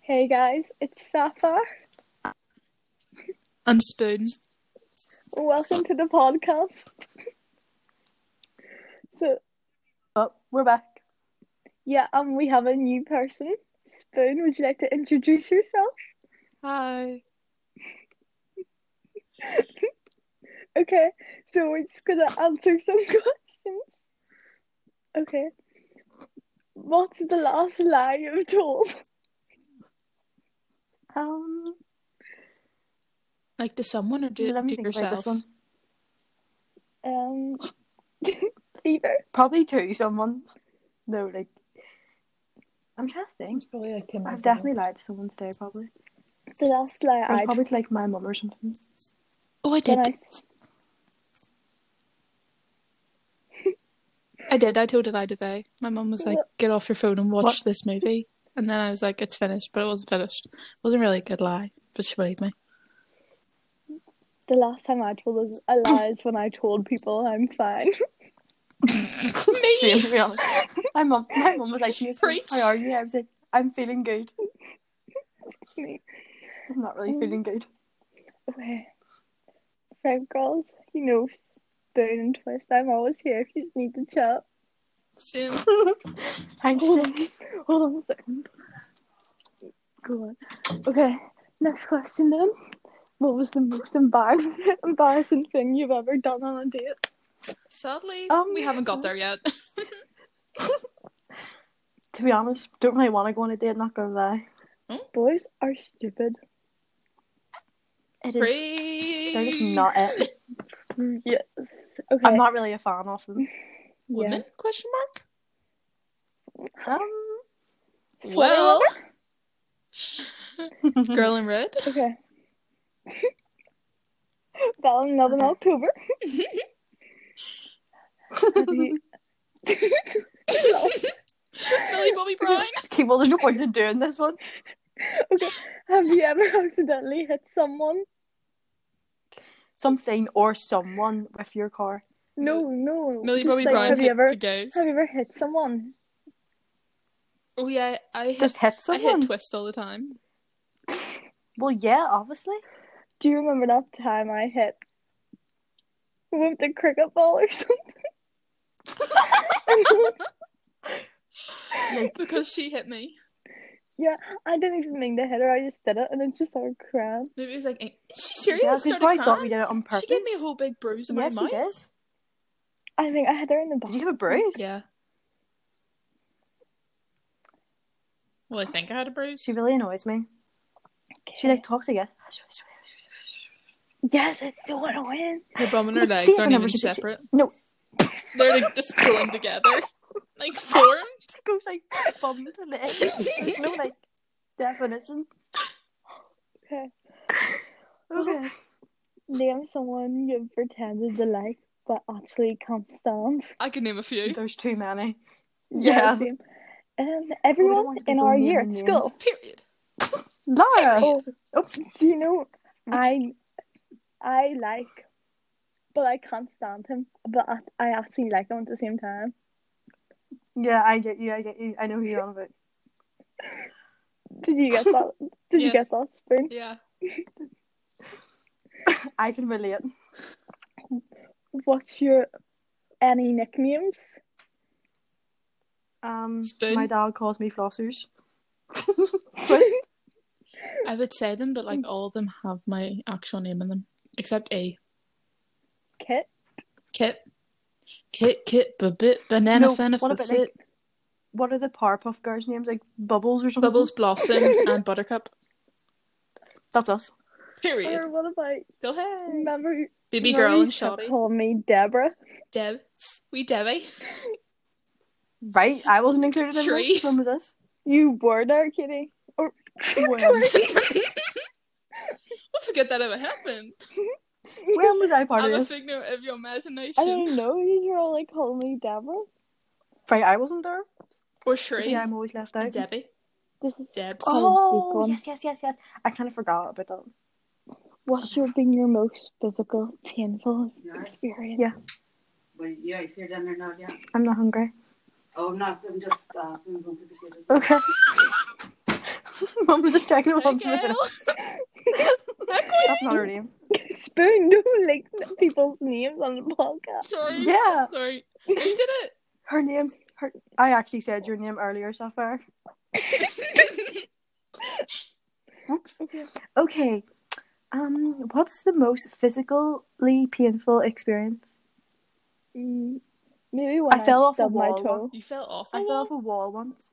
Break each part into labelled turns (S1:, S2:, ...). S1: Hey guys, it's Safa.
S2: Unspoon.
S1: Welcome to the podcast. So,
S3: Oh, we're back.
S1: yeah, um, we have a new person. Spoon, would you like to introduce yourself?
S2: Hi.
S1: Okay, so we're just gonna answer some questions. Okay. What's the last lie you've told?
S3: Um,
S2: Like to someone or do,
S3: let
S2: to
S3: me think about this
S2: yourself?
S3: one.
S1: Um, either.
S3: Probably to someone. No, like, I'm trying to think.
S2: probably like Tim.
S3: I've definitely lied to someone today, probably.
S1: The last lie
S3: Or
S1: I
S3: probably to, like my mum or something.
S2: Oh, I
S1: when
S2: did.
S1: I
S2: I did. I told a lie today. My mum was like, "Get off your phone and watch
S3: What?
S2: this movie." And then I was like, "It's finished," but it wasn't finished. It wasn't really a good lie, but she believed me.
S1: the last time I told a lie is when I told people I'm fine.
S3: Same, to be honest. My mum, my mum was like, "You
S2: Preach.
S3: how are you?" I was like, "I'm feeling good.
S1: Me.
S3: I'm not
S2: Mm.
S3: really feeling good."
S1: Okay. Frank girls, you know Spoon and Twist. I'm always here if you need to chat.
S2: Same.
S3: Thanks,
S2: Oh.
S3: Jake.
S1: Hold on a second. Go on. Okay, next question then. What was the most embarrassing, embarrassing thing you've ever done on a date?
S2: Sadly,
S3: Um,
S2: we haven't got there yet.
S3: To be honest, don't really want to go on a date. Not gonna lie,
S1: Boys are stupid.
S3: it is. They're
S2: Praise
S3: just not it.
S1: Yes. Okay.
S3: I'm not really a fan of them.
S1: Yeah.
S2: women? Question mark.
S3: Um,
S1: Sweater
S2: Well,
S1: rubber?
S2: girl in red.
S1: Okay. Valen Love in
S3: Okay.
S1: October. Have you-
S2: Millie Bobby Brown.
S3: okay, well, there's no point in doing this one.
S1: have you ever accidentally hit someone?
S3: Something or someone with your car.
S1: No, no.
S2: Millie
S1: Just
S2: Bobby
S1: like,
S2: Brown.
S1: Have you
S2: hit
S1: ever
S2: The gays.
S1: have you ever hit someone?
S2: Oh yeah, I hit,
S3: Just hit
S2: I hit
S3: someone.
S2: twist all the time.
S3: well, yeah, obviously.
S1: Do you remember that time I hit with the cricket ball or something?
S3: Like,
S2: Because she hit me.
S1: yeah, I didn't even mean to hit her. I just did it, and then she started crying.
S2: Maybe it was like, "Eh, is she
S3: yeah,
S2: serious?
S3: because
S2: Started
S3: I thought
S2: crying.
S3: we did it on purpose.
S2: She gave me a whole big bruise in
S3: yes,
S2: my mouth.
S3: you did.
S1: I think I hit her in the
S3: Did
S1: back.
S3: you have a bruise?
S2: Yeah. Well, I think I had a bruise.
S3: She really annoys me. She
S1: Okay.
S3: like talks, I guess.
S1: yes, it's so annoying.
S2: Her bum and her
S3: Look, see
S2: legs
S3: if I
S2: aren't
S3: never
S2: even
S3: should-
S2: separate.
S3: No,
S2: They're like just joined together, like formed.
S3: she goes like bum to legs. There's no like definition.
S1: Okay,
S3: Okay.
S1: name someone you've pretended to like but actually can't stand.
S2: I could name a few.
S3: There's too many. Yeah.
S1: same. Um,
S3: don't
S1: everyone
S3: want to be
S1: in our
S3: going
S1: year at
S3: naming
S1: school.
S2: Period.
S3: Laura.
S1: Oh,
S3: Oh.
S1: do you know I I like, but I can't stand him. But I, I actually like him at the same time.
S3: Yeah, I get you. I get you. I know who you're on about.
S1: Did you get that? Did
S2: Yeah.
S1: you get that, Spoon?
S2: Yeah.
S3: I can relate.
S1: What's your any nicknames?
S3: Um,
S2: Spoon.
S3: my dad calls me flossers. Twist.
S2: I would say them, but
S3: Mm.
S2: like all of them have my actual name in them, except A.
S1: Kit.
S2: Kit. Kit, Kit, Babit, Banana,
S3: No,
S2: Fenna,
S3: what about,
S2: Fit,
S3: like, What are the Powerpuff Girls' names? Like Bubbles or something.
S2: Bubbles, Blossom, and Buttercup.
S3: That's us.
S2: Period.
S3: Um,
S1: Or what about
S2: Go ahead.
S1: remember?
S2: Baby
S1: remember
S2: girl
S1: you
S2: and
S1: used to
S2: Shoddy.
S1: Call me Deborah.
S2: Deb. We Debbie.
S3: Right. I wasn't included in
S2: Tree.
S3: this. When was this?
S1: You were there, Kitty. Or
S3: When?
S2: I forget that ever happened.
S3: When was I part
S2: I'm a
S3: of this?
S2: figment of your
S1: I
S2: imagination.
S1: don't know. You were all like calling me Deborah.
S3: Right, I wasn't there.
S2: Or Shree.
S3: Yeah, I'm always left
S2: and
S3: out.
S2: Debbie.
S1: This is
S2: Debs.
S3: Oh,
S1: Big one.
S3: yes, yes, yes, yes. I kind of forgot um, about that.
S1: What's your been your most physical, painful
S4: Right.
S1: experience?
S3: Yeah.
S4: Well, yeah, if you're done or not, yeah.
S3: I'm not hungry.
S4: Oh, no, I'm just uh, I'm going to the potatoes.
S3: Okay. Mum was just checking it once in a minute.
S2: Miguel.
S3: That's not her name.
S1: Spoon, don't link people's names on the podcast.
S2: Sorry.
S3: Yeah.
S2: Sorry. Oh, You did
S3: Her name's her. I actually said your name earlier, Sapphire.
S2: it.
S3: Oops. Okay. Um, what's the most physically painful experience?
S1: Mm, Maybe when
S3: I fell off a
S1: stubbed my
S3: wall
S1: toe.
S2: you fell off.
S3: I fell off a wall once.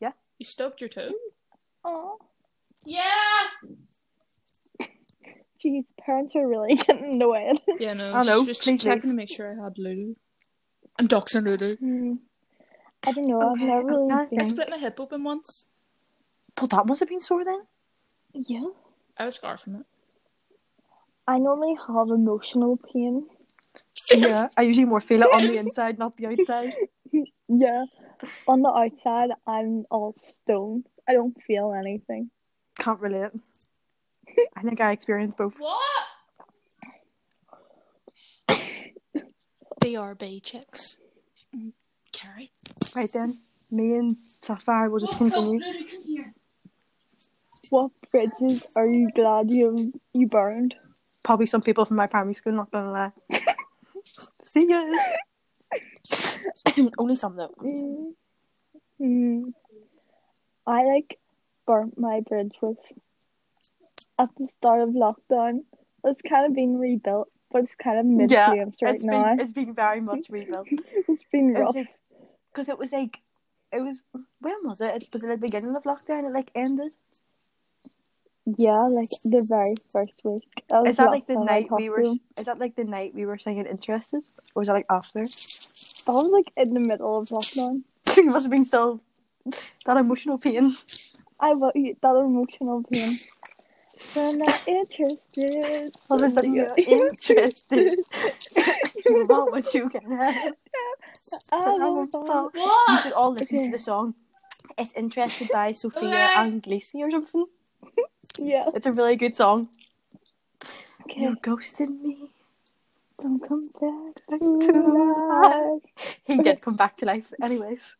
S2: You stubbed your toe.
S1: Oh,
S2: Yeah.
S1: geez, parents are really getting in the way.
S2: Yeah. No.
S3: I know,
S2: Just, just
S3: please
S2: checking
S3: leave.
S2: to make sure I had Lulu. I'm doxing Lulu.
S1: Hmm. I don't know.
S3: Okay,
S1: I've never really
S3: okay.
S2: I
S1: been.
S2: split my hip open once.
S3: But that must have been sore then.
S1: Yeah,
S2: I was scarred from it.
S1: I normally have emotional pain.
S3: Yeah. I usually more feel it on the inside, not the outside.
S1: Yeah, on the outside, I'm all stone. I don't feel anything.
S3: Can't relate. I think I experienced both.
S2: What? BRB chicks. Mm, Carrie.
S3: Right then, me and Sapphire will just
S1: Oh,
S3: continue.
S4: Lulu, come here.
S1: What bridges are you glad you you burned?
S3: Probably some people from my primary school, not gonna lie. See you. Only some though.
S1: Mm. Mm. I like burnt my bridge with at the start of lockdown. It's kind of being rebuilt, but it's kind of mid
S3: Yeah,
S1: games right
S3: it's
S1: now.
S3: been it's been very much rebuilt.
S1: it's been
S3: It was
S1: rough.
S3: like because it was like it was when was it? It was at the beginning of lockdown. It like ended.
S1: Yeah, like the very first week. That was
S3: Is that
S1: last
S3: like the
S1: time Oh, I
S3: night
S1: talked
S3: we
S1: to
S3: were?
S1: him.
S3: Is that like the night we were singing "Interested"? Or was that like after?
S1: That was like in the middle of lockdown.
S3: you must have been still that emotional pain.
S1: I will eat that emotional pain. When not interested.
S3: All of a sudden you're interested. you want what you can have.
S1: I will
S3: Someone
S1: fall.
S3: fall. You should all listen to the song. It's interested by Sophia
S2: Okay.
S3: Anglisi or something.
S1: Yeah.
S3: It's a really good song.
S1: Okay.
S3: You're ghosting me.
S1: Don't come back
S3: to
S1: to life.
S3: He did come back to life. Anyways.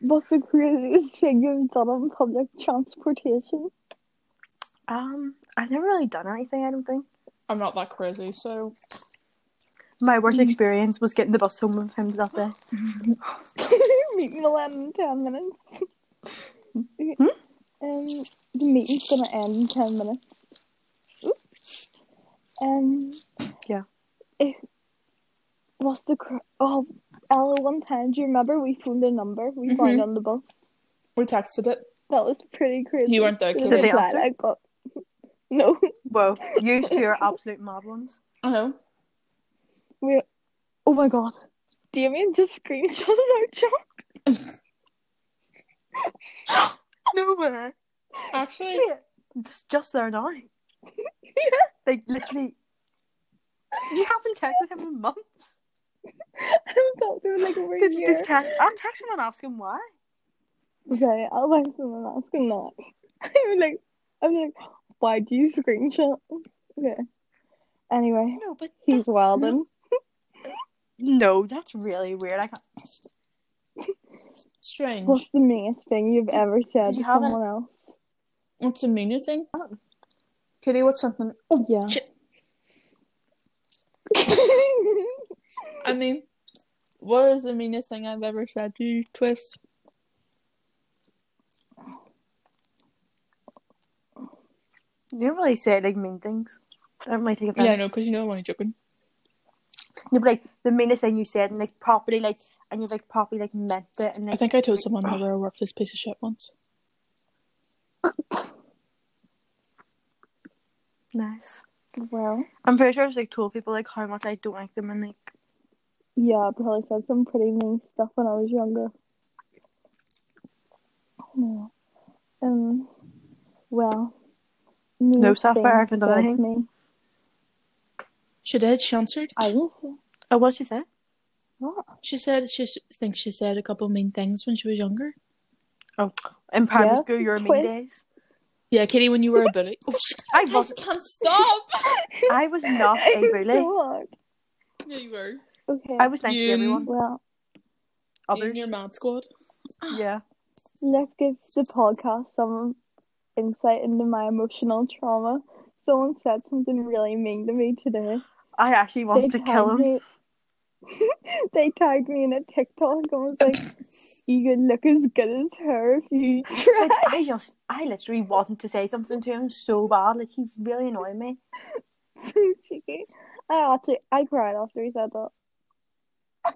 S1: What's the craziest thing you've done on public transportation?
S3: Um, I've never really done anything, I don't think.
S2: I'm not that crazy, so
S3: My worst experience was getting the bus home with him that day.
S1: Meeting will end in ten minutes. Um, the meeting's gonna end in ten minutes. Oops. Um.
S3: Yeah.
S1: If what's the cr- oh Ella? One time, do you remember we phoned a number we found on the bus?
S2: we texted it.
S1: That was pretty crazy.
S2: You weren't there,
S1: The
S2: Chloe. Did
S3: they
S1: reply
S3: answer?
S1: I got. No,
S3: Whoa, you two are absolute mad ones.
S2: I know.
S1: we. Oh my god, Damien just screenshotted our chat.
S3: No way.
S2: Actually,
S3: Just, just there now. Like, literally. You haven't texted him in months.
S1: I haven't talked to him in like over a
S3: Did you
S1: year.
S3: just text? I'll text him and ask him why.
S1: Okay, I'll buy someone else. "Hmm, I'm not. I'm like, I'm like, why do you screenshot? Okay. Anyway,
S3: No, but
S1: he's wilding.
S3: No, that's really weird. I can't.
S2: strange.
S1: What's the meanest thing you've ever said
S3: did you
S1: to
S3: have an-
S1: someone else?
S2: What's a meaner thing?
S3: Oh.
S2: Kitty, what's something?
S1: Yeah.
S2: shit. I mean, what is the meanest thing I've ever said to you, Twist?
S3: You don't really say like mean things. I don't really take offense.
S2: Yeah, I know, because you know I'm only joking.
S3: No, but like the meanest thing you said, and like properly, like, and you've like properly like meant it, and like
S2: I think I told someone how I worked this piece of shit once.
S3: nice.
S1: well,
S3: I'm pretty sure I was like told people like how much I don't like them, and like
S1: yeah, I probably said some pretty mean stuff when I was younger. No. Um. Well. meanest
S3: Sapphire,
S1: thing
S3: I haven't done
S1: said to
S3: anything.
S1: me-
S2: She did. She answered.
S1: I didn't say
S3: oh, what did she say?
S1: what?
S2: Uh, She said she s- thinks she said a couple mean things when she was younger.
S3: In primary
S1: Yeah,
S3: school, you were mean
S1: twist.
S3: days.
S2: Yeah, Kitty, when you were a bully. Oh, shit,
S3: I
S2: I
S3: was,
S2: can't stop.
S3: I was not a bully.
S1: God.
S2: yeah, you were.
S1: Okay.
S3: I was nice
S2: You-
S3: to everyone.
S1: well.
S2: In
S3: Others,
S2: your mad squad.
S3: yeah.
S1: Let's give the podcast some insight into my emotional trauma. Someone said something really mean to me today.
S3: I actually want to
S1: tagged
S3: kill him.
S1: Me. they tagged me in a TikTok and was like, "You could look as good as her if you try."
S3: Like, I just, I literally wanted to say something to him so bad. Like he's really annoying me.
S1: Cheeky. I actually, I cried after he said that.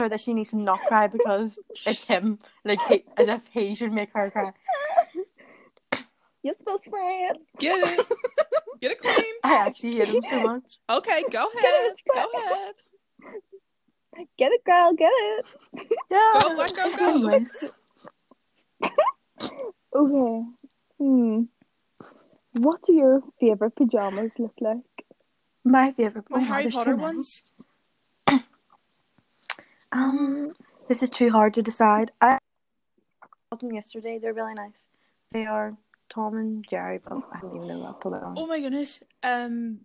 S3: So that she needs to not cry because it's him. Like he, as if he should make her cry.
S1: Yes, best friend.
S2: Get it. Get it, Queen.
S3: I actually hate him so much.
S2: Okay, go
S1: Get
S2: ahead.
S1: it,
S2: Go ahead.
S1: Get it, girl. Get it.
S3: Yeah.
S2: Go, one girl, go.
S3: Anyways,
S1: Okay. Hmm. What do your favorite pajamas look like?
S3: my favorite.
S2: My
S3: oh,
S2: Harry
S3: there's too
S2: Potter
S3: many.
S2: ones.
S3: Um, this is too hard to decide. I bought them yesterday. They're really nice. They are Tom and Jerry, but I don't even know what to put it on.
S2: Oh my goodness. Um,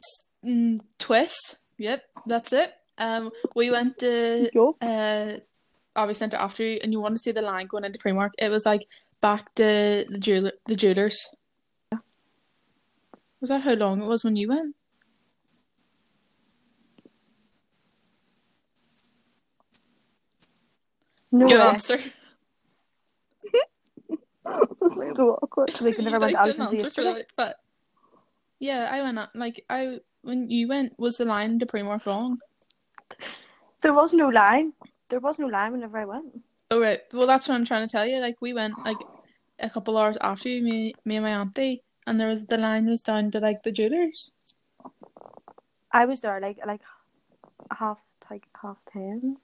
S2: s- mm, twist. Yep, that's it. Um, we went to
S1: Yup.
S2: uh Abbey Centre after you, and you want to see the line going into Primark. It was like back to the jeweler, the jewelers. Was that how long it was when you went?
S3: No
S2: Good
S3: way.
S2: answer.
S1: so awkward.
S3: So they could never
S2: You,
S3: went
S2: like,
S3: to Abbey
S2: didn't
S3: Centre
S2: answer for
S3: yesterday.
S2: that, but yeah, I went up like I when you went was the line to Primark long?
S3: There was no line. There was no line whenever I went.
S2: Oh right. Well, that's what I'm trying to tell you. Like we went like a couple hours after you, me, me and my auntie, and there was the line was down to like the jewelers.
S3: I was there like like half like half ten.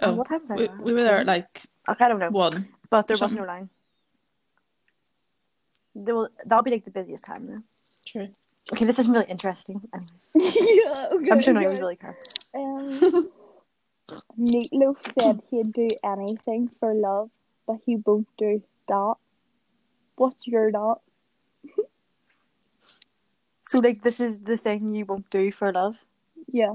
S3: Oh,
S2: Oh,
S3: what time was I
S2: we,
S3: there?
S2: we were there at like
S3: Like, I don't know,
S2: one.
S3: but there was
S2: something.
S3: no line. They will, that'll be like the busiest time though.
S2: True.
S3: Okay, this isn't really interesting. Anyways,
S1: yeah, okay.
S3: I'm sure no
S1: okay.
S3: one would really care.
S1: Um, Meatloaf said he'd do anything for love, but he won't do that. What's your that?
S3: So like this is the thing you won't do for love.
S1: Yeah.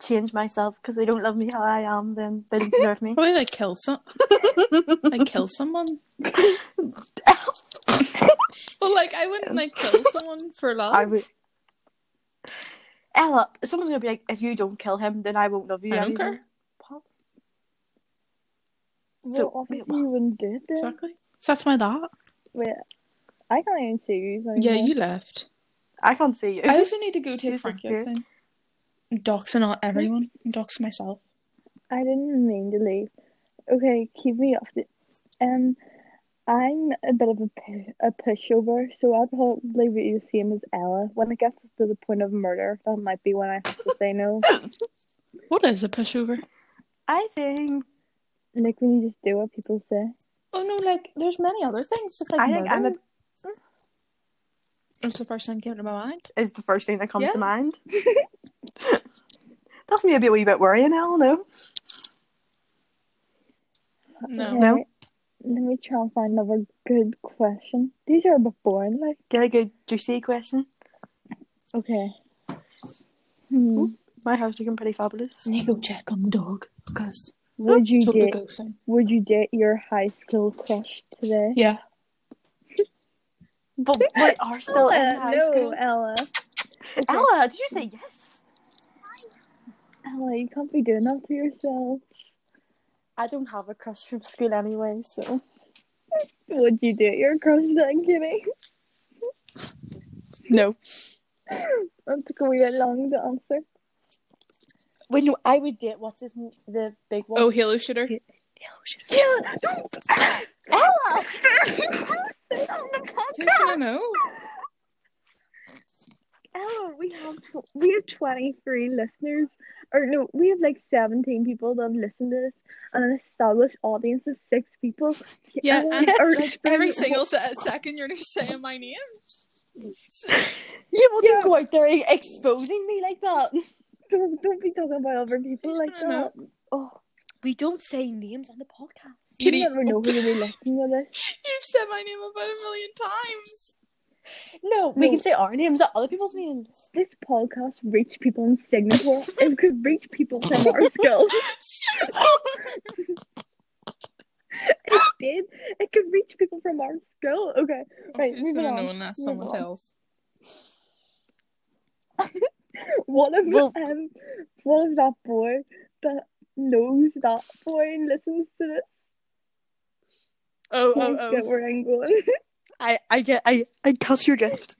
S3: change myself because they don't love me how I am, then they don't deserve me.
S2: Probably like kill some, like kill someone. well, like I wouldn't like kill someone for love.
S3: I would. Ella, someone's gonna be like, if you don't kill him, then I won't love you.
S2: I don't
S3: anymore."
S2: care.
S3: What?
S1: So
S3: So, wait,
S1: obviously you wouldn't do it then.
S2: Exactly. So that's my that.
S1: Wait, I can't even see you. so
S2: Yeah,
S1: anymore.
S2: you left.
S3: I can't see you.
S2: I also need to go take
S3: Who's this
S2: Frankie
S3: here?
S2: outside. I'm Doxing not everyone. I'm Doxing myself.
S1: I didn't mean to leave. Okay, keep me off the. Um, I'm a bit of a, pu- a pushover, so I'll probably be the same as Ella. When it gets to the point of murder, that might be when I have to say no.
S2: What is a pushover?
S3: I think
S1: Like when you just do what people say.
S2: Oh no, like there's many other things. Just like
S3: I think I'm a
S2: It's the first thing that came to my mind.
S3: is the first thing that comes
S2: Yeah.
S3: to mind. That's maybe a wee bit worrying, Ella. No,
S2: No.
S1: Okay,
S3: No.
S1: Let me try and find another good question. These are a bit boring, like.
S3: get a good juicy question.
S1: Okay. Hmm.
S3: My house looking pretty fabulous.
S2: need to go check on the dog because
S1: Would you
S2: totally
S1: date?
S2: ghosting.
S1: Would you date your high school crush today?
S2: Yeah.
S3: But we are still in
S1: Ella, Uh,
S3: high
S1: no,
S3: school.
S1: Ella. Okay.
S3: Ella, did you say yes?
S1: Ella, you can't be doing that to yourself.
S3: I don't have a crush from school anyway, so
S1: Would you date your crush then, Kitty?
S3: no.
S1: That took me a long to answer.
S3: When you, I would date what's his n- the big one.
S2: Oh, halo shooter.
S1: Yeah, don't
S3: Ella,
S1: sit on the podcast.
S2: Who's gonna know?
S1: Ella, Oh, we have tw- we have twenty three listeners, or no, we have like seventeen people that have listened to this, and an established audience of six people.
S2: Yeah,
S1: Ella,
S2: and
S1: or-
S2: like, every single se- second you're just saying my name.
S3: you wouldn't go out there exposing me like that.
S1: don't, don't be talking about other people
S2: Who's
S1: like
S2: gonna
S1: that. Oh,
S3: We don't say names on the podcast.
S2: Kitty,
S1: you never know who's gonna be listening to this.
S2: You've said my name about a million times.
S3: No, we
S1: No.
S3: can say our names, not other people's names.
S1: This podcast reached people in Singapore. it could reach people from our schools. It did. It could reach people from our school. Okay, right,
S2: Who's
S1: moving
S2: gonna
S1: on.
S2: know unless
S1: Moving
S2: someone
S1: on.
S2: tells?
S1: What if
S3: Well-
S1: um, what if that boy that knows that boy and listens to this?
S3: Oh,
S1: Please get where I'm going.
S3: I, I get, I, I catch your drift.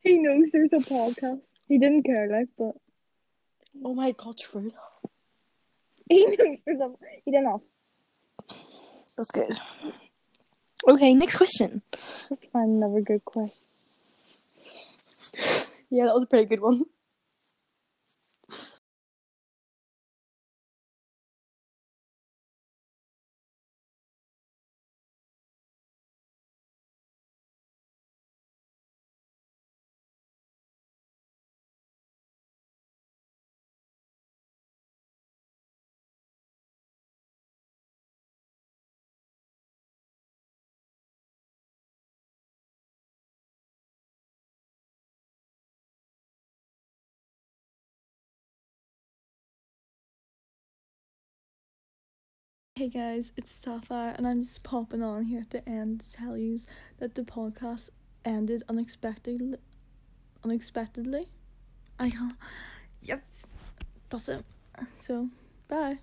S1: he knows there's a podcast. He didn't care, like, but
S3: Oh my god, true.
S1: he knows there's a. He didn't ask.
S3: That's good. Okay, next question.
S1: Let's find another good question.
S3: Yeah, that was a pretty good one.
S5: Hey guys, it's Sapphire, and I'm just popping on here at the end to tell you that the podcast ended unexpectedly. Unexpectedly, I can't. Yep, that's it. So, bye.